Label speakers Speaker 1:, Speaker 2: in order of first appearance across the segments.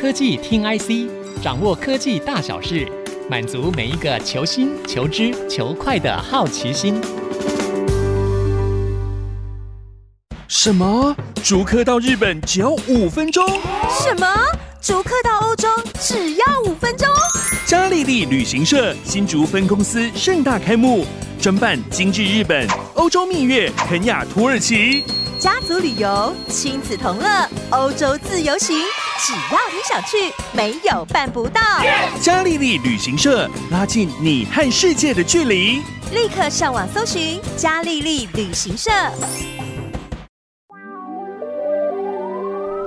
Speaker 1: 科技听 IC，掌握科技大小事，满足每一个求新、求知、求快的好奇心。
Speaker 2: 什么？竹科到日本只要五分钟？
Speaker 3: 什么？逐客到欧洲只要五分钟。哦
Speaker 2: 嘉利利旅行社新竹分公司盛大开幕，专办精致日本、欧洲蜜月、肯雅、土耳其。
Speaker 3: 家族旅游、亲子同乐、欧洲自由行，只要你想去，没有办不到。
Speaker 2: 嘉利利旅行社拉近你和世界的距离。
Speaker 3: 立刻上网搜寻嘉利利旅行社。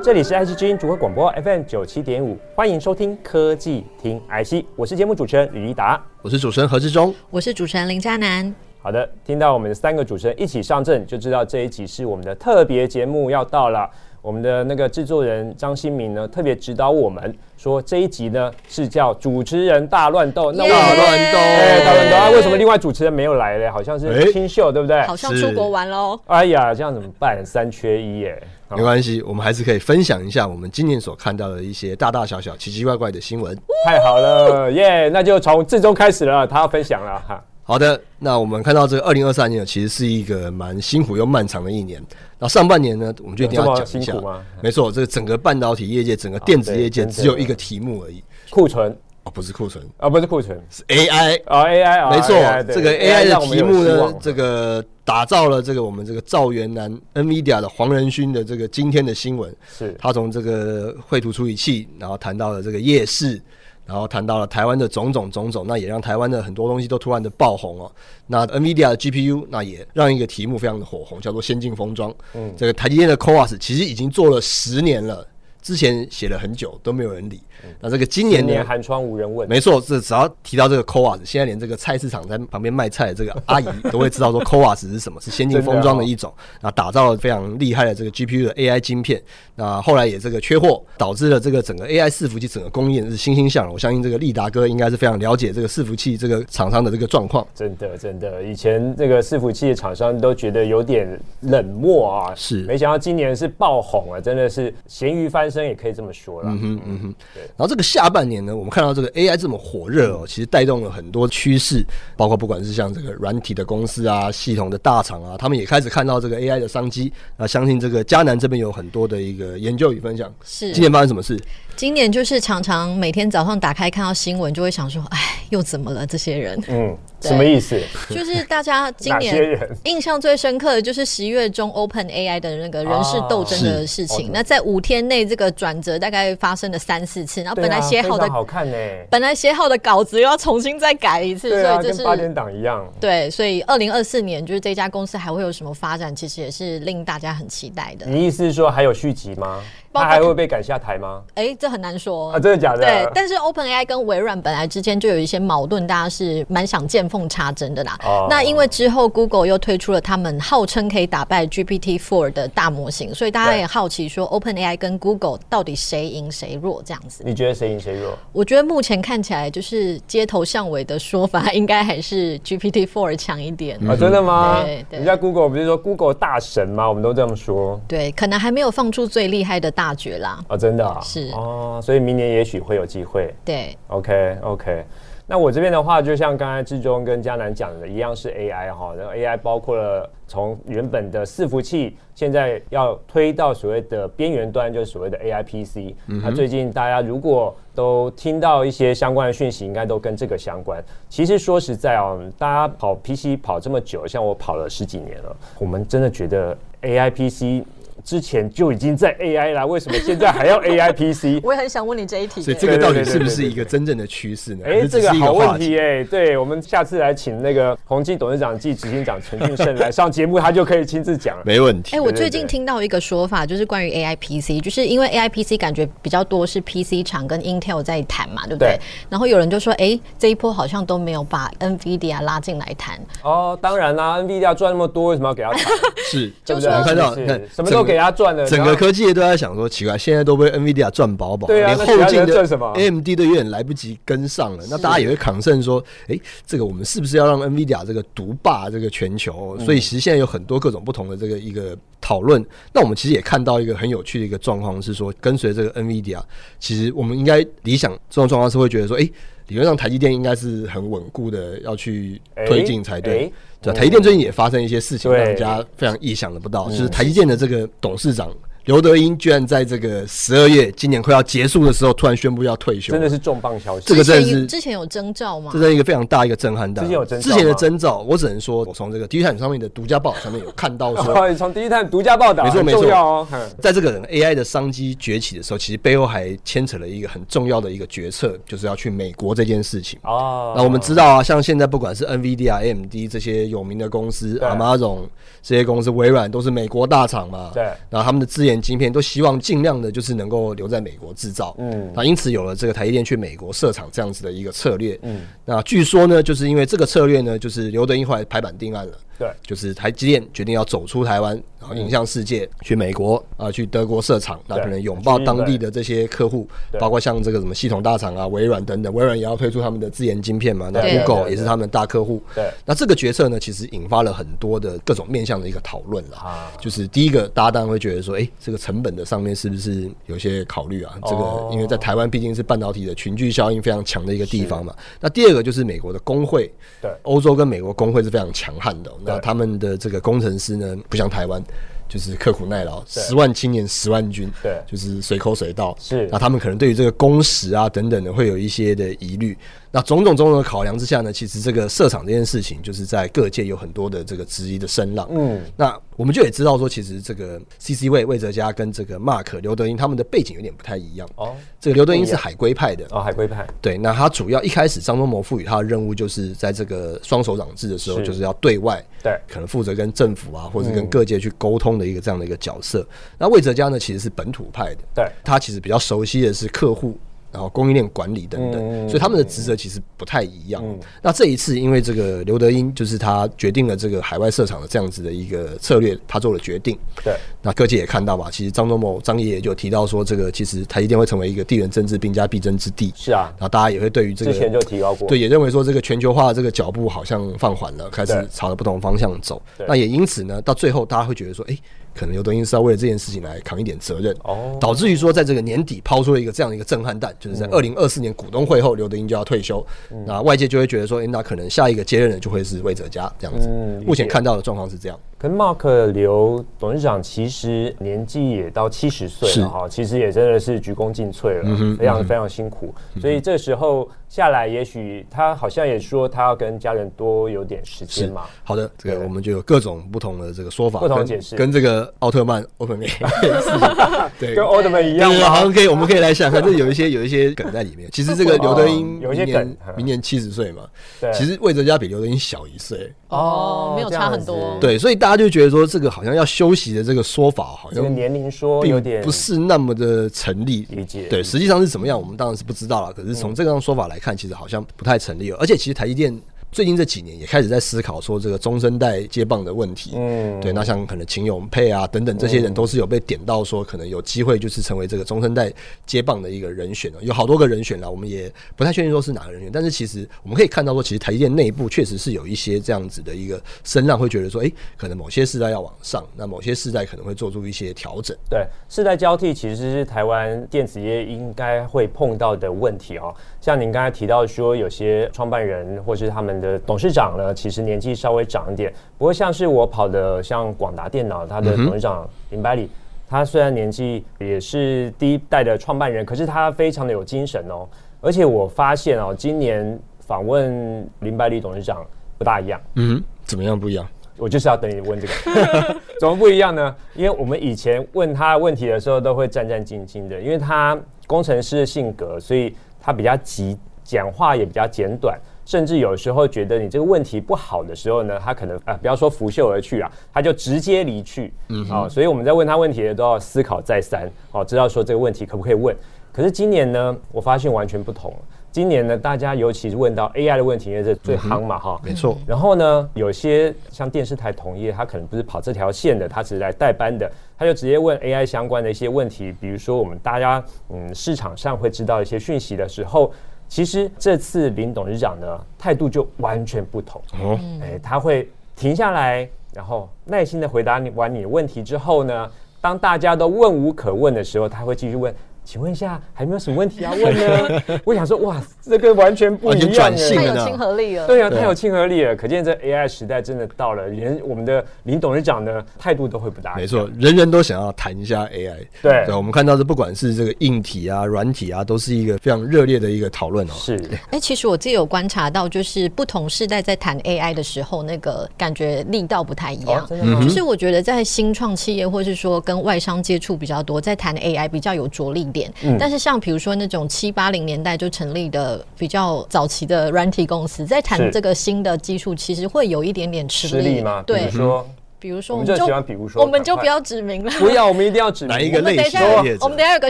Speaker 4: 这里是 IC 之音主客广播 FM 九七点五，欢迎收听科技听 IC，我是节目主持人李立达。
Speaker 5: 我是主持人何志忠。
Speaker 6: 我是主持人林佳楠。
Speaker 4: 好的，听到我们三个主持人一起上阵，就知道这一集是我们的特别节目要到了。我们的那个制作人张新民呢，特别指导我们说这一集呢是叫主持人大乱斗。那为什么
Speaker 5: 大乱斗
Speaker 4: 哎大乱斗啊？为什么另外主持人没有来嘞？好像是
Speaker 5: 哎
Speaker 4: 清秀，对不对？
Speaker 6: 好像
Speaker 5: 是
Speaker 6: 出国玩喽。
Speaker 4: 哎呀，这样怎么办？三缺一耶。哦好
Speaker 5: 没关系，我们还是可以分享一下我们今年所看到的一些大大小小、奇奇怪怪的新闻。
Speaker 4: 太好了，耶！那就从志忠开始了，他要分享了哈。
Speaker 5: 好的，那我们看到这个二零二三年，其实是一个蛮辛苦又漫长的一年。那上半年呢，我们就一定要
Speaker 4: 有这么
Speaker 5: 讲一下
Speaker 4: 辛苦吗。
Speaker 5: 没错，这个整个半导体业界、整个电子业
Speaker 4: 啊
Speaker 5: 界
Speaker 4: 对
Speaker 5: 只有一个题目而已，
Speaker 4: 库存
Speaker 5: 哦，不是库存，
Speaker 4: 啊，不是库存，
Speaker 5: 是 AI。
Speaker 4: 啊，AI 啊，
Speaker 5: 没错
Speaker 4: AI，，对
Speaker 5: 这个 AI 的
Speaker 4: 让我们
Speaker 5: 题
Speaker 4: 有
Speaker 5: 目
Speaker 4: 希
Speaker 5: 呢
Speaker 4: 望，啊
Speaker 5: 这个打造了这个我们这个赵元南 NVIDIA 的黄仁勋的这个今天的新闻，
Speaker 4: 是
Speaker 5: 他从这个绘图处理器，然后谈到了这个夜市，然后谈到了台湾的种种种种，那也让台湾的很多东西都突然的爆红哦。那 NVIDIA 的 GPU，那也让一个题目非常的火红，叫做“先进封装”。嗯，这个台积电的 CoWAS 其实已经做了十年了，之前写了很久都没有人理。那这个今年
Speaker 4: 嗯年
Speaker 5: 呢
Speaker 4: 年？寒窗无人问，
Speaker 5: 没错，这只要提到这个 CoWAS，现在连这个菜市场在旁边卖菜的这个阿姨都会知道说 CoWAS 是什么，是先进封装的一种。那打造了非常厉害的这个 GPU 的 AI 晶片，那后来也这个缺货，导致了这个整个 AI 伺服器整个供应链是欣欣向荣。我相信这个利达哥应该是非常了解这个伺服器这个厂商的这个状况。
Speaker 4: 真的真的，以前这个伺服器的厂商都觉得有点冷漠啊，
Speaker 5: 是
Speaker 4: 没想到今年是爆红啊，真的是咸鱼翻身也可以这么说了。
Speaker 5: 嗯然后这个下半年呢，我们看到这个 AI 这么火
Speaker 4: 嗯
Speaker 5: 热哦，其实带动了很多趋势，包括不管是像这个软体的公司啊、系统的大厂啊，他们也开始看到这个 AI 的商机。那相信这个迦南这边有很多的一个研究与分享。
Speaker 6: 是
Speaker 5: 今年发生什么事？
Speaker 6: 今年就是常常每天早上打开看到新闻，就会想说，哎，又怎么了？这 些人
Speaker 4: 嗯，
Speaker 6: 对
Speaker 4: 什么意思？
Speaker 6: 就是大家今
Speaker 4: 哪些
Speaker 6: 年
Speaker 4: 人
Speaker 6: 印象最深刻的就是十一月中 Open AI 的那个人事斗争的事
Speaker 4: 哦
Speaker 6: 情。
Speaker 4: 是
Speaker 6: 那在五天内，这个转折大概发生了三四次，然后
Speaker 4: 对啊
Speaker 6: 本来写好的、
Speaker 4: 非常好看呢，
Speaker 6: 本来写好的稿子又要重新再改一次，
Speaker 4: 对啊，
Speaker 6: 所以这
Speaker 4: 跟
Speaker 6: 是
Speaker 4: 八点档一样。
Speaker 6: 对，所以二零二四年就是这家公司还会有什么发展，其实也是令大家很期待的。
Speaker 4: 你意思是说还有续集吗？
Speaker 6: 包
Speaker 4: 他
Speaker 6: 括
Speaker 4: 还会被赶下台吗？
Speaker 6: 哎、这很难说
Speaker 4: 啊，真的假的？
Speaker 6: 对，但是 OpenAI 跟微软本来之间就有一些矛盾，大家是蛮想见缝插针的啦。
Speaker 4: 哦
Speaker 6: 那因为之后 Google 又推出了他们号称可以打败 GPT 4的大模型，所以大家
Speaker 4: 对
Speaker 6: 也好奇说 OpenAI 跟 Google 到底谁赢谁弱这样子。
Speaker 4: 你觉得谁赢谁弱？
Speaker 5: 嗯
Speaker 6: 我觉得目前看起来就是街头巷尾的说法，应该还是 GPT 4强一点。
Speaker 4: 啊，真的吗？
Speaker 6: 对对
Speaker 4: 人家 Google 不是说 Google 大神吗？我们都这么说
Speaker 6: 对，可能还没有放出最厉害的大绝啦。
Speaker 4: 啊，真的啊
Speaker 6: 是
Speaker 4: 哦，所以明年也许会有机会。
Speaker 6: 对，
Speaker 4: OK OK，那我这边的话，就像刚才志忠跟嘉南讲的一样，是 AI 哈。然后 AI 包括了从原本的伺服器，现在要推到所谓的边缘端，就是所谓的 AI PC、那最近大家如果都听到一些相关的讯息，应该都跟这个相关。其实说实在哦，大家跑 PC 跑这么久，像我跑了十几年了，我们真的觉得 AI PC。之前就已经在 AI 啦，为什么现在还要 AI PC？
Speaker 6: 我也很想问你这一题
Speaker 5: 所以这个到底是不是一个真正的趋势呢？
Speaker 4: 哎，
Speaker 5: 还是只
Speaker 4: 这
Speaker 5: 是
Speaker 4: 个
Speaker 5: 一
Speaker 4: 好
Speaker 5: 话
Speaker 4: 问
Speaker 5: 题
Speaker 4: 题哎、对我们下次来请那个宏基董事长暨执行长陈俊胜来 上节目，他就可以亲自讲了。
Speaker 5: 没问题
Speaker 6: 哎、。我
Speaker 4: 对对
Speaker 6: 最近听到一个说法，就是关于 AI PC，就是因为 AI PC 感觉比较多是 PC 厂跟 Intel 在谈嘛，对不对？
Speaker 4: 对
Speaker 6: 然后有人就说，哎、这一波好像都没有把 NVIDIA 拉进来谈，
Speaker 4: 哦，当然啦、n v i d i a 赚那么多，为什么要给他谈？
Speaker 5: 是，
Speaker 4: 对不
Speaker 6: 就
Speaker 4: 对
Speaker 6: 说
Speaker 5: 我看到，
Speaker 4: 是
Speaker 5: 你看
Speaker 4: 什么都给他赚了，
Speaker 5: 整
Speaker 4: 然
Speaker 5: 个
Speaker 4: 后
Speaker 5: 科技业都在想说，奇怪，现在都被 NVIDIA 赚饱饱，
Speaker 4: 对啊
Speaker 5: 连
Speaker 4: 那
Speaker 5: 后
Speaker 4: 其他
Speaker 5: 进
Speaker 4: 人
Speaker 5: 的
Speaker 4: 赚什么
Speaker 5: AMD 都有点来不及跟上了。那大家也会抗胜说，哎，这个我们是不是要让 NVIDIA 这个独霸这个全球？
Speaker 4: 嗯
Speaker 5: 所以其实现在有很多各种不同的这个一个讨论。那我们其实也看到一个很有趣的一个状况是说，跟随这个 NVIDIA，其实我们应该理想这种状况是会觉得说，哎。理论上，台积电应该是很稳固的，要去推进才对。
Speaker 4: 哎
Speaker 5: 对吧，台积电最近也发生一些事情，
Speaker 4: 对
Speaker 5: 让人家非常意想的不到，
Speaker 4: 嗯
Speaker 5: 就是台积电的这个董事长刘德英，居然在这个十二月今年快要结束的时候，突然宣布要退休，
Speaker 4: 真的是重磅消息。
Speaker 5: 这 个
Speaker 6: 之前
Speaker 5: 真的是
Speaker 6: 有之前有征兆吗
Speaker 5: 这？是一个非常大一个震撼弹。
Speaker 4: 之前有征兆啊
Speaker 5: 之前的
Speaker 4: 吗
Speaker 5: 征兆，我只能说，我从这个第一上面的独家报上面有看到 说，
Speaker 4: 哦从第一探独家报道，
Speaker 5: 没错
Speaker 4: 很
Speaker 5: 没错
Speaker 4: 重要哦。嗯
Speaker 5: 在这个 AI 的商机崛起的时候，其实背后还牵扯了一个很重要的一个决策，就是要去美国这件事情。
Speaker 4: 哦，
Speaker 5: 那我们知道啊，像现在不管是 NVIDIA、AMD 这些有名的公司
Speaker 4: 对
Speaker 5: ，Amazon 这些公司，微软都是美国大厂嘛，
Speaker 4: 对
Speaker 5: 然后他们的自研晶片都希望尽量的就是能够留在美国制造，
Speaker 4: 嗯
Speaker 5: 嗯，那因此有了这个台积电去美国设厂这样子的一个策略，嗯，那据说呢，就是因为这个策略呢，就是刘德英后来拍板定案了。
Speaker 4: 对
Speaker 5: 就是台积电决定要走出台湾，然后迎向世界，去美国啊、去德国设厂，那
Speaker 4: 对
Speaker 5: 可能拥抱
Speaker 4: 去日
Speaker 5: 当地
Speaker 4: 本
Speaker 5: 的。的这些客户，
Speaker 4: 对
Speaker 5: 包括像这个什么系统大厂啊、微软等等，微软也要推出他们的自研晶片嘛，那
Speaker 6: 对
Speaker 4: 对
Speaker 5: Google
Speaker 4: 对
Speaker 5: 也是他们的大客户。
Speaker 4: 对
Speaker 5: 那这个决策呢，其实引发了很多的各种面向的一个讨论啦
Speaker 4: 啊。
Speaker 5: 就是第一个，大家当然会觉得说，哎，这个成本的上面是不是有些考虑啊？这
Speaker 4: 哦
Speaker 5: 个因为在台湾毕竟是半导体的群聚效应非常强的一个地方嘛。那第二个就是美国的工会，
Speaker 4: 对
Speaker 5: 欧洲跟美国工会是非常强悍的哦、那他们的这个工程师呢，不像台湾。就是刻苦耐劳，十万青年十万军，
Speaker 4: 对
Speaker 5: 就是随口随到，
Speaker 4: 是
Speaker 5: 那他们可能对于这个工时啊等等的会有一些的疑虑。那种种种种的考量之下呢，其实这个设厂这件事情，就是在各界有很多的这个质疑的声浪。
Speaker 4: 嗯，
Speaker 5: 那我们就也知道说，其实这个 CC 魏魏哲嘉跟这个 Mark 刘德英他们的背景有点不太一样。
Speaker 4: 哦
Speaker 5: 这个刘德英是海归派的，
Speaker 4: 哦，海龟派
Speaker 5: 对，那他主要一开始张忠谋赋予他的任务就是在这个双手掌制的时候，
Speaker 4: 是
Speaker 5: 就是要对外
Speaker 4: 对嗯
Speaker 5: 可能负责跟政府啊，或者跟各界去沟通的一个这样的一个角色。那魏哲家呢，其实是本土派的，
Speaker 4: 对
Speaker 5: 他其实比较熟悉的是客户。然后供应链管理等等，
Speaker 4: 嗯
Speaker 5: 所以他们的职责其实不太一样。那这一次，因为这个刘德英就是他决定了这个海外设厂的这样子的一个策略，他做了决定。
Speaker 4: 对
Speaker 5: 那各界也看到吧，其实张忠谋张爷爷就提到说，这个其实台积电会成为一个地缘政治兵家必争之地。
Speaker 4: 是啊
Speaker 5: 然，后大家也会对于这个
Speaker 4: 之前就提到过，
Speaker 5: 对，也认为说这个全球化的这个脚步好像放缓了，开
Speaker 4: 对
Speaker 5: 始朝着不同方向走
Speaker 4: 对。
Speaker 5: 那也因此呢，到最后大家会觉得说，哎、可能刘德英是要为了这件事情来扛一点责任，
Speaker 4: 哦嗯
Speaker 5: 导致于说在这个年底抛出了一个这样的一个震撼弹，就是在二零二四年股东会后，刘德英就要退休，那外界就会觉得说，哎、那可能下一个接任的就会是魏哲家这样子。
Speaker 4: 嗯理
Speaker 5: 目前
Speaker 4: 解
Speaker 5: 看到的状况是这样。
Speaker 4: 跟 Mark 刘董事长其实年纪也到七十岁了哈，其实也真的是鞠躬尽瘁
Speaker 5: 嗯
Speaker 4: 了，非常非常辛苦。所以这时候下来，也许他好像也说他要跟家人多有点时间嘛。
Speaker 5: 好的，这个
Speaker 4: 对
Speaker 5: 我们就有各种不同的这个说法，
Speaker 4: 不同的
Speaker 5: 跟
Speaker 4: 解释
Speaker 5: 跟这个奥特曼 o p e n a 对，
Speaker 4: 跟 o l d m a n 一样
Speaker 5: 对对对好
Speaker 4: 吗？
Speaker 5: 像可以，我们可以来想看，这有一些有一些梗在里面。其实这个刘德英
Speaker 4: 哦有一些
Speaker 5: 明年
Speaker 4: 梗嗯
Speaker 5: 明年七十岁嘛
Speaker 4: 对，
Speaker 5: 其实魏哲家比刘德英小一岁，
Speaker 6: 哦没有
Speaker 4: 这样
Speaker 6: 差很
Speaker 4: 子
Speaker 6: 多
Speaker 5: 对，所以大家就觉得说这个好像要休息的这个说法好
Speaker 4: 这个
Speaker 5: 像。
Speaker 4: 年龄说有
Speaker 5: 并
Speaker 4: 点
Speaker 5: 不是那么的成立，
Speaker 4: 理解嗯
Speaker 5: 对，实际上是怎么样，我们当然是不知道了。可是从这样说法来看，其实好像不太成立了。而且其实台积电最近这几年也开始在思考说这个中生代接棒的问题。
Speaker 4: 嗯
Speaker 5: 嗯，对，那像可能秦永佩啊等等这些人都是有被点到说可能有机会就是成为这个中生代接棒的一个人选哦有好多个人选啦，我们也不太确定说是哪个人选，但是其实我们可以看到说，其实台积电内部确实是有一些这样子的一个声浪，会觉得说，哎、可能某些世代要往上，那某些世代可能会做出一些调整。
Speaker 4: 对，世代交替其实是台湾电子业应该会碰到的问题哦。像您刚才提到说，有些创办人或是他们的董事长呢，其实年纪稍微长一点。不过像是我跑的像广达电脑，它的董事长林百里。他虽然年纪也是第一代的创办人，可是他非常的有精神哦。而且我发现哦，今年访问林百里董事长不大一样，
Speaker 5: 嗯，怎么样不一样？
Speaker 4: 我就是要等你问这个， 怎么不一样呢？因为我们以前问他问题的时候都会战战兢兢的，因为他工程师的性格，所以他比较急，讲话也比较简短，甚至有时候觉得你这个问题不好的时候呢，他可能啊、呃不要说拂袖而去啊，他就直接离去。嗯，好、所以我们在问他问题的都要思考再三，哦，知道说这个问题可不可以问。可是今年呢，我发现完全不同了。今年呢，大家尤其是问到 AI 的问题，因为这最夯嘛哈、
Speaker 5: 没错，
Speaker 4: 然后呢，有些像电视台同业，他可能不是跑这条线的，他只是来代班的，他就直接问 AI 相关的一些问题，比如说我们大家嗯市场上会知道一些讯息的时候，其实这次林董事长呢态度就完全不同，
Speaker 5: 哦，
Speaker 4: 哎，他会停下来，然后耐心的回答你完你的问题之后呢，当大家都问无可问的时候，他会继续问。请问一下，还没有什么问题要问 呢？我想说，哇，这个完全不
Speaker 5: 完
Speaker 4: 一
Speaker 5: 全
Speaker 4: 样，
Speaker 5: 哦转
Speaker 4: 哎
Speaker 5: 性
Speaker 6: 太
Speaker 5: 了
Speaker 6: 有
Speaker 5: 呢
Speaker 6: 亲和力了。
Speaker 4: 对啊，
Speaker 5: 对啊
Speaker 4: 太有亲和力了，可见这 AI 时代真的到了，连我们的林董事长呢态度都会不大。
Speaker 5: 没，错，人人都想要谈一下 AI。
Speaker 4: 对
Speaker 5: 我们看到的不管是这个硬体啊、软体啊，都是一个非常热烈的一个讨论哦。
Speaker 4: 是
Speaker 6: 哎、其实我自己有观察到，就是不同世代在谈 AI 的时候，那个感觉力道不太一样。
Speaker 4: 哦，
Speaker 5: 嗯
Speaker 4: 真的吗？
Speaker 6: 就是我觉得在新创企业，或是说跟外商接触比较多，在谈 AI 比较有着力点。
Speaker 4: 嗯
Speaker 6: 但是像比如说那种七八零年代就成立的比较早期的软体公司，在谈
Speaker 4: 是
Speaker 6: 这个新的技术，其实会有一点点吃
Speaker 4: 吃
Speaker 6: 力。
Speaker 4: 力吗？比
Speaker 6: 对
Speaker 4: 如，说，
Speaker 6: 比如说
Speaker 4: 我
Speaker 6: 我
Speaker 4: 们就
Speaker 6: 们就
Speaker 4: 喜欢比如说
Speaker 6: 我们就
Speaker 4: 赶快
Speaker 6: 不要指名了。
Speaker 4: 不要，我们一定要指
Speaker 5: 哪
Speaker 4: 明
Speaker 5: 一个
Speaker 6: 我们
Speaker 5: 类
Speaker 6: 等一
Speaker 5: 型
Speaker 6: 下
Speaker 5: 的业，者
Speaker 6: 我们等一下有个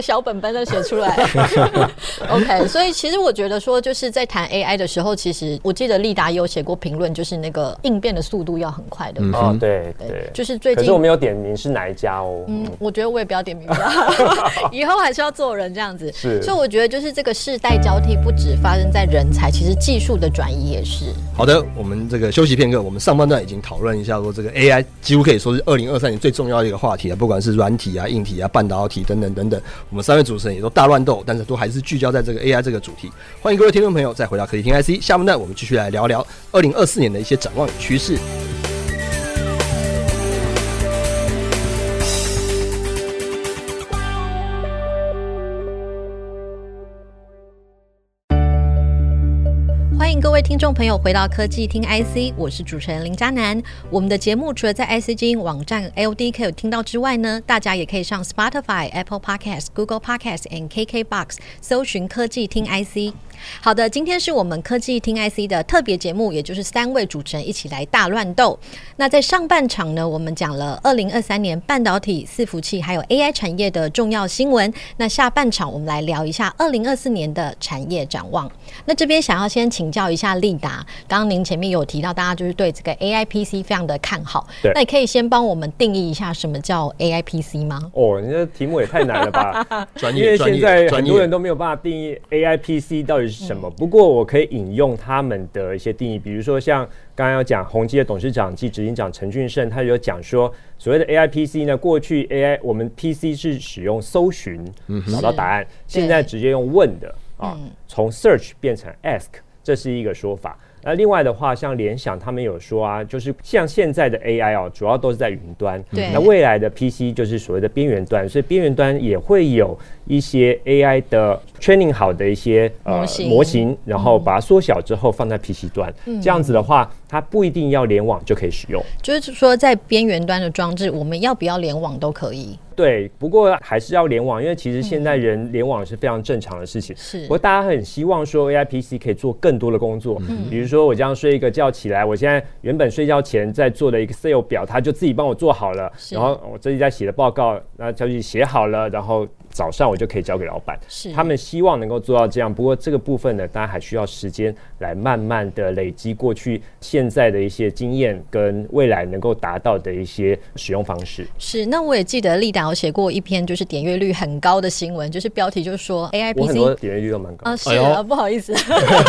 Speaker 6: 小本本再写 出来。OK，所以其实我觉得说，就是在谈 AI 的时候，其实我记得利达也有写过评论，就是那个应变的速度要很快，对不对？
Speaker 4: 哦，对对
Speaker 6: 嗯对，，就是最
Speaker 4: 可
Speaker 6: 近
Speaker 4: 是我没有点名是哪一家哦。
Speaker 6: 嗯，我觉得我也不要点名比较好，以后还是要做人这样子。
Speaker 4: 是
Speaker 6: 所以我觉得就是这个世代交替不止发生在人才，其实技术的转移也是。
Speaker 5: 好的，我们这个休息片刻，我们上半段已经讨论一下说这个 AI 几乎可以说是二零二三年最重要的一个话题了，不管是软体啊、硬体啊、半导体等等等等，我们三位主持人也都大乱斗，但是都还是聚焦在这个 AI 这个主题。欢迎各位听众朋友再回到可以听 IC，下半段我们继续来聊聊二零二四年的一些展望与趋势。
Speaker 6: 欢迎各位听众朋友回到科技听 IC，我是主持人林嘉楠。我们的节目除了在 IC 之音网站 LDK 有听到之外呢，大家也可以上 Spotify、Apple Podcast、Google Podcast and KKBox 搜寻科技听 IC。好的，今天是我们科技听 IC 的特别节目，也就是三位主持人一起来大乱斗。那在上半场呢，我们讲了二零二三年半导体、伺服器还有 AI 产业的重要新闻。那下半场我们来聊一下二零二四年的产业展望。那这边想要先请教一下利达，刚刚您前面有提到，大家就是对这个 AI PC 非常的看好。
Speaker 4: 对
Speaker 6: 那你可以先帮我们定义一下什么叫 AI PC 吗？
Speaker 4: 哦，你这题目也太难了 吧！
Speaker 5: 专
Speaker 4: 因为
Speaker 5: 业，专
Speaker 4: 现
Speaker 5: 业，嗯
Speaker 4: 在
Speaker 5: 专
Speaker 4: 很多
Speaker 5: 业
Speaker 4: 人。都没有办法定义 AI PC 到底是什么。不过我可以引用他们的一些定义，比如说像刚刚有讲宏基的董事长及执行长陈俊胜，他有讲说，所谓的 AI PC 呢，过去 AI 我们 PC 是使用搜寻找到答案，现在直接用问的
Speaker 5: 嗯
Speaker 4: 啊，从 search 变成 ask，这是一个说法。那另外的话，像联想他们有说啊，就是像现在的 AI 哦，主要都是在云端。
Speaker 6: 对
Speaker 4: 那未来的 PC 就是所谓的边缘端，所以边缘端也会有一些 AI 的 training 好的一些呃
Speaker 6: 模型嗯
Speaker 4: 模型，然后把它缩小之后放在 PC 端。这样子的话，它不一定要联网就可以使用。
Speaker 6: 就是说，在边缘端的装置，我们要不要联网都可以。
Speaker 4: 对，不过还是要联网，因为其实现在人联网是非常正常的事情。
Speaker 6: 嗯是
Speaker 4: 不过大家很希望说 AI PC 可以做更多的工作，
Speaker 6: 嗯
Speaker 4: 比如说我这样睡一个觉起来，我现在原本睡觉前在做的 Excel 表，它就自己帮我做好了，
Speaker 6: 是
Speaker 4: 然后我自己在写的报告，那就去写好了，然后早上我就可以交给老板。
Speaker 6: 是
Speaker 4: 他们希望能够做到这样，不过这个部分呢，大家还需要时间来慢慢的累积过去现在的一些经验跟未来能够达到的一些使用方式。
Speaker 6: 是，那我也记得丽达有写过一篇就是点阅率很高的新闻，就是标题就是说 AI
Speaker 4: 我很多
Speaker 6: PC
Speaker 4: 点阅率都蛮高的
Speaker 6: 啊，是
Speaker 5: 哎呦
Speaker 6: 啊，不好意思。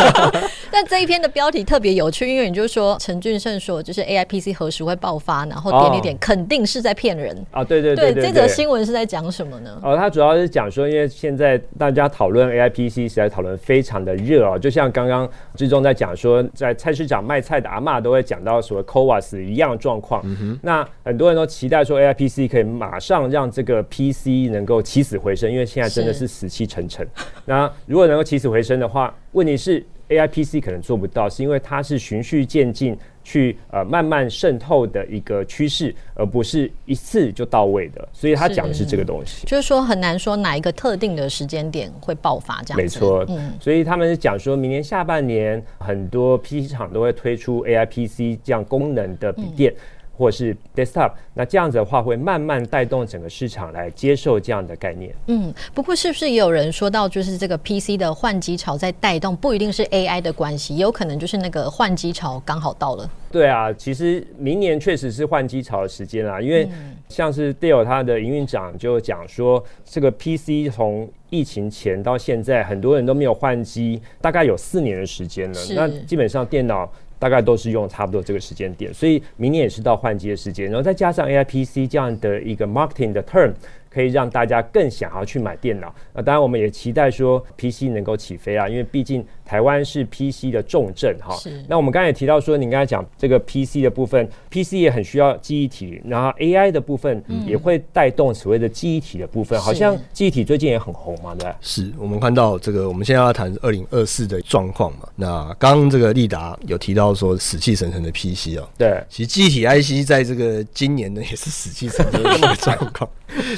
Speaker 6: 但这一篇的标题特别有趣，因为你就说陈俊胜说就是 AI PC 何时会爆发，然后点点点，肯定是在骗人。
Speaker 4: 啊，对对对对
Speaker 6: 对，这则新闻是在讲什么呢？
Speaker 4: 哦，它主要是讲说，因为现在大家讨论 A I P C 实在讨论非常的热哦，就像刚刚志忠在讲说，在菜市场卖菜的阿嬷都会讲到所谓 COAS 一样的状况。那很多人都期待说 A I P C 可以马上让这个 P C 能够起死回生，因为现在真的
Speaker 6: 是
Speaker 4: 是死气沉沉。那如果能够起死回生的话，问题是 A I P C 可能做不到，是因为它是循序渐进。去呃慢慢渗透的一个趋势，而不是一次就到位的，所以他讲的是这个东西。
Speaker 6: 就是说很难说哪一个特定的时间点会爆发这样子。嗯
Speaker 4: 没错，所以他们是讲说明年
Speaker 6: 嗯
Speaker 4: 下半年很多 PC 厂都会推出 AI PC 这样功能的笔电。或是 desktop，那这样子的话会慢慢带动整个市场来接受这样的概念。
Speaker 6: 嗯，不过是不是也有人说到，就是这个 PC 的换机潮在带动，不一定是 AI 的关系，有可能就是那个换机潮刚好到了。
Speaker 4: 对啊，其实明年确实是换机潮的时间啦，啊因为
Speaker 6: 嗯
Speaker 4: 像是 Dell 它的营运长就讲说，这个 PC 从疫情前到现在，很多人都没有换机，大概有四年的时间了
Speaker 6: 是。
Speaker 4: 那基本上电脑。大概都是用差不多这个时间点，所以明年也是到换机的时间，然后再加上 AI PC 这样的一个 marketing 的 term，可以让大家更想要去买电脑。那当然，我们也期待说 PC 能够起飞啊，因为毕竟台湾是 PC 的重镇哈
Speaker 6: 是。
Speaker 4: 那我们刚才也提到说，你刚才讲这个 PC 的部分，PC 也很需要记忆体，然后 AI 的部分也会带动所谓的记忆体的部分，好
Speaker 6: 嗯是
Speaker 4: 像记忆体最近也很红嘛，对吧？
Speaker 5: 是我们看到这个，我们现在要谈二零二四的状况嘛。那刚刚这个利达有提到说死气沉沉的 PC 哦，
Speaker 4: 对。
Speaker 5: 其实记忆体 IC 在这个今年呢 也是死气沉沉的这个状况。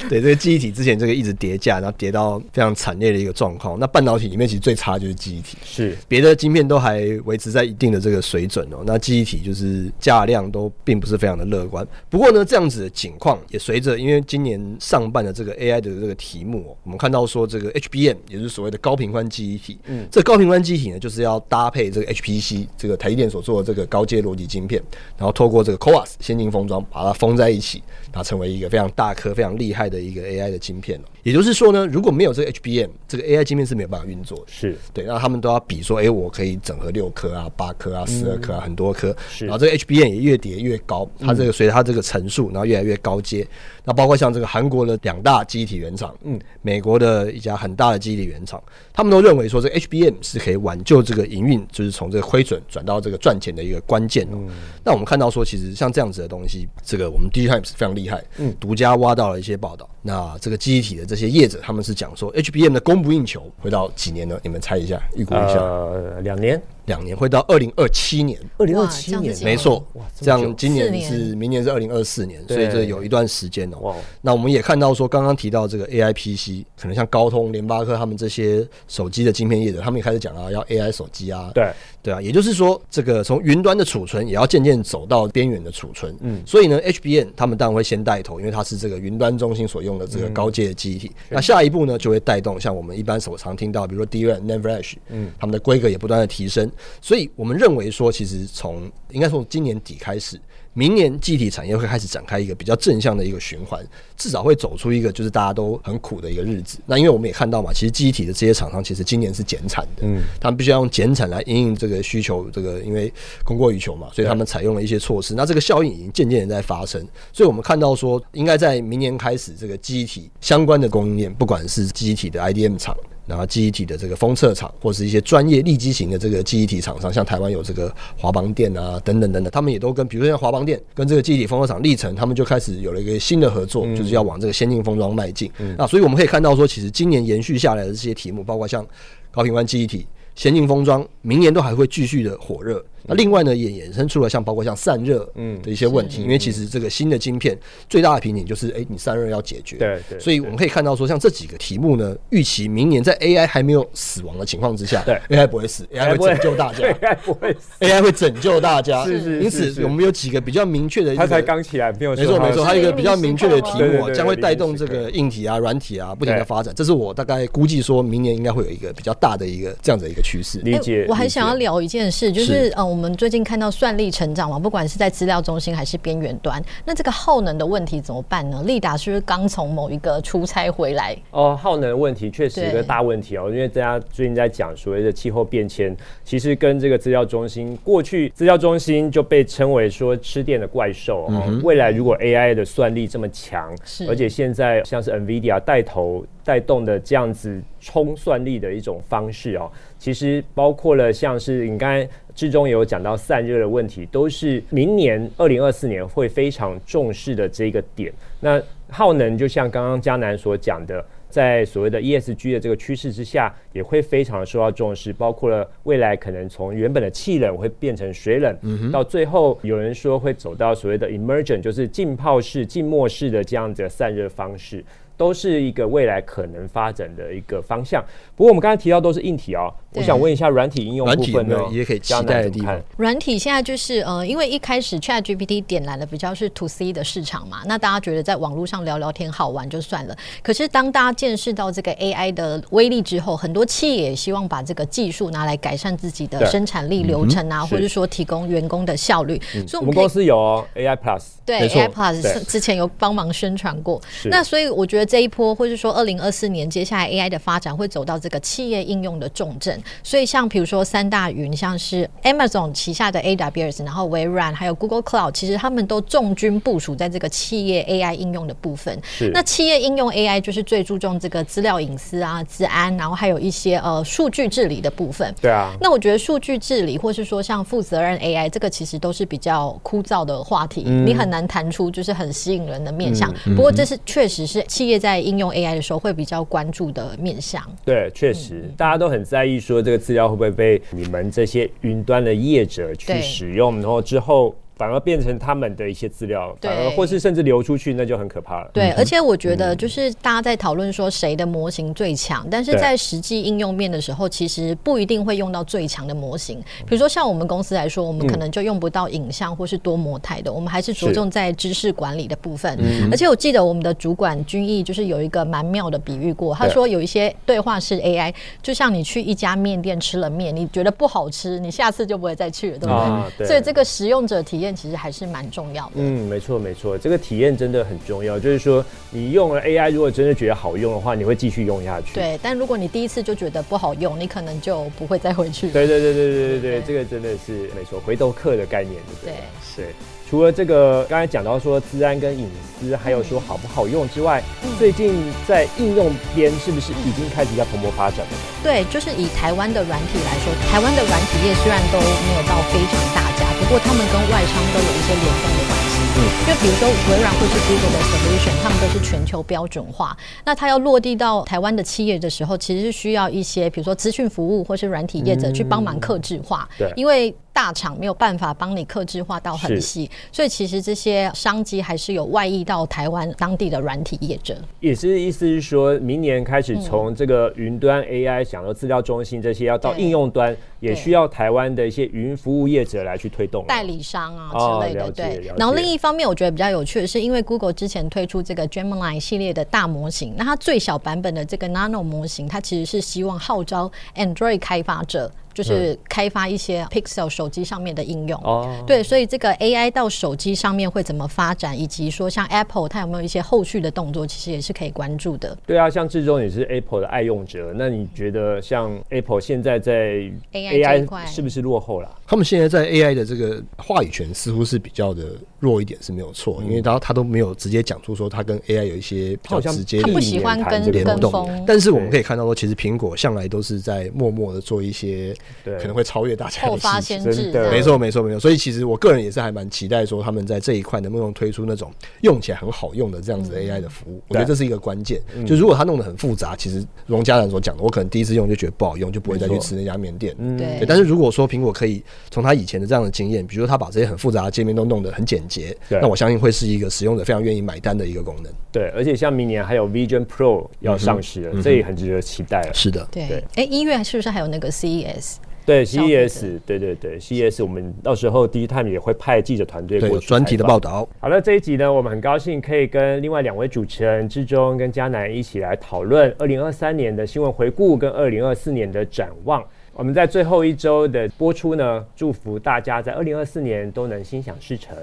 Speaker 5: 对，这个记忆体之前这个一直叠价，然后跌到非常惨烈的一个状况。那半导体里面其实最差就是记忆体，
Speaker 4: 是
Speaker 5: 别的晶片都还维持在一定的这个水准哦。那记忆体就是价量都并不是非常的乐观。不过呢，这样子的情况也随着因为今年上半的这个 AI 的这个题目、哦，我们看到说这个 HBM 也就是所谓的高频宽记忆体，嗯，这高频宽记忆体呢，就是要搭配这个 HPC 这个台积电所做的这个高阶逻辑晶片，然后透过这个 CoWAS 先进封装把它封在一起，它成为一个非常大颗、非常厉害的一个 AI 的晶片、哦、也就是说呢，如果没有这个 HBM，这个 AI 晶片是没有办法运作的。
Speaker 4: 是
Speaker 5: 对，那他们都要比说，哎、我可以整合六颗啊、八颗啊、十二颗啊，很多颗。
Speaker 4: 是
Speaker 5: 然后这个 HBM 也越叠越高，它这个随着它这个层数，然后越来越高阶。那包括像这个韩国的两大机体原厂，嗯，美国的一家很大的机体原厂，他们都认为说，这个 HBM 是可以挽救这个营运，就是从这个亏损转到这个赚钱的一个关键哦。那我们看到说，其实像这样子的东西，这个我们 DigiTimes 非常厉害，嗯，独家挖到了一些报道。那这个记忆体的这些业者，他们是讲说 HBM 的供不应求会到几年呢？你们猜一下，预估一下，
Speaker 4: 呃两年，
Speaker 5: 两、年会到二零二七年。
Speaker 4: 二零
Speaker 6: 哇
Speaker 4: 二
Speaker 6: 这
Speaker 4: 七
Speaker 6: 样子
Speaker 4: 年
Speaker 6: 几
Speaker 5: 没错，这样今
Speaker 6: 四
Speaker 5: 年
Speaker 6: 年
Speaker 5: 是明年是二零二四年，所以
Speaker 4: 对
Speaker 5: 这有一段时间哦、
Speaker 4: 哇
Speaker 5: 那我们也看到说，刚刚提到这个 AI PC，可能像高通、联发科他们这些手机的晶片业者，他们也开始讲啊，要 AI 手机啊，
Speaker 4: 对
Speaker 5: 对啊，也就是说，这个从云端的储存也要渐渐走到边缘的储存。嗯，所以呢，HBM 他们当然会先带头，因为它是这个云端中心所用的这个高阶的记忆体。那下一步呢，就会带动像我们一般所常听到，比如说 DRAM、NAND Flash，嗯，他们的规格也不断的提升。所以我们认为说，其实从应该从今年底开始。明年记忆体产业会开始展开一个比较正向的一个循环，至少会走出一个就是大家都很苦的一个日子。那因为我们也看到嘛，其实记忆体的这些厂商其实今年是减产的，嗯，他们必须要用减产来因应这个需求，这个因为供过于求嘛，所以他们采用了一些措施。那这个效应已经渐渐的在发生，所以我们看到说，应该在明年开始，这个记忆体相关的供应链，不管是记忆体的 IDM 厂。然后记忆体的这个封测厂，或是一些专业立基型的这个记忆体厂商，像台湾有这个华邦电啊，等等等等，他们也都跟，比如说像华邦电跟这个记忆体封测厂历程，他们就开始有了一个新的合作，
Speaker 4: 嗯
Speaker 5: 就是要往这个先进封装迈进。那所以我们可以看到说，其实今年延续下来的这些题目，包括像高频宽记忆体。先进封装明年都还会继续的火热，那另外呢也衍生出了像包括像散热
Speaker 4: 嗯
Speaker 5: 的一些问题，因为其实这个新的晶片最大的瓶颈就是，哎、你散热要解决，
Speaker 4: 对对
Speaker 5: 所以我们可以看到说，像这几个题目呢，预期明年在 AI 还没有死亡的情况之下，
Speaker 4: 对
Speaker 5: AI 不会死，AI 会拯救 大家
Speaker 4: AI 不 会死，
Speaker 5: ，AI 会拯救大家。
Speaker 4: 是是是
Speaker 5: 因此
Speaker 4: 是
Speaker 5: 我们有几个比较明确的一个，
Speaker 4: 他才刚起来，没有
Speaker 5: 没错没错，
Speaker 4: 他
Speaker 5: 它有一个比较明确的题
Speaker 4: 对对
Speaker 5: 目啊，
Speaker 4: 对
Speaker 5: 将会带动
Speaker 4: 零
Speaker 5: 这
Speaker 4: 零时刻
Speaker 5: 个硬体啊、软体啊不停的
Speaker 4: 对
Speaker 5: 发展。这是我大概估计说明年应该会有一个比较大的一个这样的一个趋势。
Speaker 4: 理
Speaker 6: 哎
Speaker 4: 解。
Speaker 6: 我还
Speaker 4: 理
Speaker 6: 想要
Speaker 4: 解
Speaker 6: 聊一件事，就是是呃，我们最近看到算力成长嘛，不管是在资料中心还是边缘端，那这个耗能的问题怎么办呢？利达是不是刚从某一个出差回来？
Speaker 4: 哦，耗能问题确实
Speaker 6: 对
Speaker 4: 一个大问题哦，因为大家最近在讲所谓的气候变迁，其实跟这个资料中心过去资料中心就被称为说吃电的怪兽哦，未来如果 AI 的算力这么强
Speaker 6: 是，
Speaker 4: 而且现在像是 NVIDIA 带头带动的这样子冲算力的一种方式哦，其实包括了像是你刚才。之中有讲到散热的问题，都是明年二零二四年会非常重视的这个点。那耗能就像刚刚嘉南所讲的，在所谓的 ESG 的这个趋势之下，也会非常受到重视，包括了未来可能从原本的气冷会变成水冷，
Speaker 5: 嗯
Speaker 4: 到最后有人说会走到所谓的 emergent，就是浸泡式、浸没式的这样子的散热方式。都是一个未来可能发展的一个方向。不过我们刚才提到都是硬体哦，我
Speaker 6: 对
Speaker 4: 想问一下软体应用
Speaker 5: 软
Speaker 4: 部
Speaker 5: 体
Speaker 4: 分呢
Speaker 5: 有没，有也可以期
Speaker 4: 嘉南
Speaker 5: 待
Speaker 4: 怎
Speaker 5: 的
Speaker 4: 么
Speaker 5: 地方
Speaker 4: 看
Speaker 6: 软体现在就是呃，因为一开始 Chat GPT 点燃了比较是 To C 的市场嘛，那大家觉得在网络上聊聊天好玩就算了。可是当大家见识到这个 AI 的威力之后，很多企业也希望把这个技术拿来改善自己的
Speaker 4: 对嗯
Speaker 6: 生产力流程啊，
Speaker 4: 是嗯
Speaker 6: 或者说提供员工的效率。
Speaker 4: 我
Speaker 6: 所以我
Speaker 4: 们
Speaker 6: 们可以
Speaker 4: 公司有哦 AI Plus，
Speaker 6: 对
Speaker 5: 没错
Speaker 6: a i p o d
Speaker 4: 对
Speaker 6: 是之前有帮忙宣传过。
Speaker 4: 是
Speaker 6: 那所以我觉得这一波，或是说二零二四年接下来 AI 的发展会走到这个企业应用的重镇。所以像比如说三大云，像是 Amazon 旗下的 AWS，然后微软还有 Google Cloud，其实他们都重军部署在这个企业 AI 应用的部分。
Speaker 4: 是
Speaker 6: 那企业应用 AI 就是最注重这个资料隐私啊、治安，然后还有一些呃数据治理的部分。
Speaker 4: 对啊，
Speaker 6: 那我觉得数据治理，或是说像负责任 AI，这个其实都是比较枯燥的话题，
Speaker 4: 嗯
Speaker 6: 你很难谈出就是很吸引人的面向。不过这是确实是企业在应用 AI 的时候会比较关注的面向。
Speaker 4: 对，确
Speaker 6: 嗯
Speaker 4: 实，大家都很在意说这个资料会不会被你们这些云端的业者
Speaker 6: 对
Speaker 4: 去使用，然后之后反而变成他们的一些资料，反而
Speaker 6: 对
Speaker 4: 或是甚至流出去，那就很可怕了。
Speaker 6: 对，而且我觉得就是大家在讨论说谁的模型最强，但是
Speaker 4: 嗯对
Speaker 6: 在实际应用面的时候，其实不一定会用到最强的模型。比如说像我们公司来说，我们可能就用不到影像或是多模态的，我们还是着
Speaker 4: 是嗯
Speaker 6: 重在知识管理的部分。而且我记得我们的主管君毅就是有一个蛮妙的比喻过，他
Speaker 4: 对
Speaker 6: 说有一些对话式 AI，就像你去一家面店吃了面，你觉得不好吃，你下次就不会再去了，对不对？
Speaker 4: 啊对
Speaker 6: 所以这个使用者体验其实还是蛮重要的。
Speaker 4: 嗯，没错没错，这个体验真的很重要。就是说，你用了 AI，如果真的觉得好用的话，你会继续用下去。
Speaker 6: 对，但如果你第一次就觉得不好用，你可能就不会再回去。
Speaker 4: 对对对对对对
Speaker 6: 对
Speaker 4: 对，这个真的是没错，回头客的概念，对不对？
Speaker 6: 对
Speaker 4: 是。除了这个刚才讲到说治安跟隐私，还有说好不好用之外，最近在应用边是不是已经开始在蓬勃发展了？
Speaker 6: 对，就是以台湾的软体来说，台湾的软体业虽然都没有到非常大家，不过他们跟外商都有一些联动的关系。嗯，因为比如说微软或是 Google 的 solution，他们都是全球标准化。那它要落地到台湾的企业的时候，其实是需要一些比如说资讯服务或是软体业者去帮忙克制化，
Speaker 4: 嗯对
Speaker 6: 因为。大厂没有办法帮你克制化到很
Speaker 4: 是
Speaker 6: 细，所以其实这些商机还是有外溢到台湾当地的软体业者。
Speaker 4: 也是意思是说，明年开始从这个云端 AI 想到资料中心这些，要到
Speaker 6: 对
Speaker 4: 应用端，
Speaker 6: 对
Speaker 4: 也需要台湾的一些云服务业者来去推动了。
Speaker 6: 代理商啊
Speaker 4: 哦
Speaker 6: 之类的，
Speaker 4: 了解
Speaker 6: 对
Speaker 4: 了。
Speaker 6: 然后
Speaker 4: 解
Speaker 6: 另一方面，我觉得比较有趣的是，因为 Google 之前推出这个 Gemini 系列的大模型，那它最小版本的这个 Nano 模型，它其实是希望号召 Android 开发者。就是开发一些 Pixel 手机上面的应用，
Speaker 4: 嗯哦
Speaker 6: 对，所以这个 AI 到手机上面会怎么发展，以及说像 Apple 它有没有一些后续的动作，其实也是可以关注的。
Speaker 4: 对啊，像志忠也是 Apple 的爱用者，那你觉得像 Apple 现在在
Speaker 6: AI 这一块
Speaker 4: 是不是落后了？
Speaker 5: 他们现在在 AI 的这个话语权似乎是比较的弱一点，是没有错，
Speaker 4: 嗯
Speaker 5: 因为他他都没有直接讲出说他跟 AI 有一些比较直接
Speaker 6: 他不
Speaker 5: 的
Speaker 6: 喜欢跟
Speaker 4: 避免
Speaker 5: 联
Speaker 6: 跟
Speaker 4: 谈这个
Speaker 5: 动
Speaker 6: 风。。
Speaker 5: 但是我们可以看到说，其实苹果向来都是在默默的做一些
Speaker 4: 对
Speaker 5: 可能会超越大家
Speaker 6: 后
Speaker 5: 的
Speaker 6: 发
Speaker 5: 事情
Speaker 6: 先。
Speaker 4: 真
Speaker 6: 至，
Speaker 4: 的
Speaker 6: 这样
Speaker 5: 没错，没错，没错。所以其实我个人也是还蛮期待说他们在这一块能不能推出那种用起来很好用的这样
Speaker 6: 嗯
Speaker 5: 子的 AI 的服务。我觉得这是一个关键。就如果它弄得很复杂，其实荣家人所讲的，我可能第一次用就觉得不好用，就不会再去吃那家面店。嗯，
Speaker 6: 对
Speaker 5: 对，但是如果说苹果可以从他以前的这样的经验，比如说他把这些很复杂的界面都弄得很简洁，
Speaker 4: 对
Speaker 5: 那我相信会是一个使用者非常愿意买单的一个功能。
Speaker 4: 对，而且像明年还有 Vision Pro 要上市
Speaker 5: 嗯
Speaker 4: 了，这也很值得期待了。
Speaker 5: 是的，
Speaker 6: 对
Speaker 4: 对，
Speaker 6: 哎，一月是不是还有那个 E CES？
Speaker 4: 对
Speaker 6: 消费者
Speaker 4: ，CES，对对对，CES，我们到时候 Digitime 也会派记者团队
Speaker 5: 对，
Speaker 4: 过
Speaker 5: 有
Speaker 4: 去
Speaker 5: 专题的
Speaker 4: 采访
Speaker 5: 报道。
Speaker 4: 好了，这一集呢，我们很高兴可以跟另外两位主持人志忠跟嘉南一起来讨论二零二三年的新闻回顾跟二零二四年的展望。我们在最后一周的播出呢，祝福大家在二零二四年都能心想事成。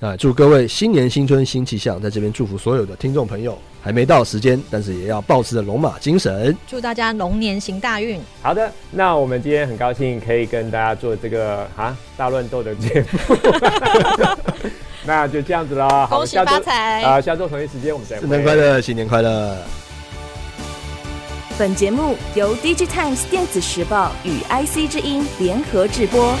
Speaker 5: 啊，祝各位新年新春新气象，在这边祝福所有的听众朋友。还没到时间，但是也要保持着龙马精神。
Speaker 6: 祝大家龙年行大运！
Speaker 4: 好的，那我们今天很高兴可以跟大家做这个啊大乱斗的节 目，那就这样子喽。好
Speaker 6: 恭喜
Speaker 4: 下周
Speaker 6: 发财
Speaker 4: 啊、下周同一时间我们再会。
Speaker 5: 圣诞快乐，新年快乐！
Speaker 3: 本节目由 DigiTimes 电子时报与 IC 之音联合制播。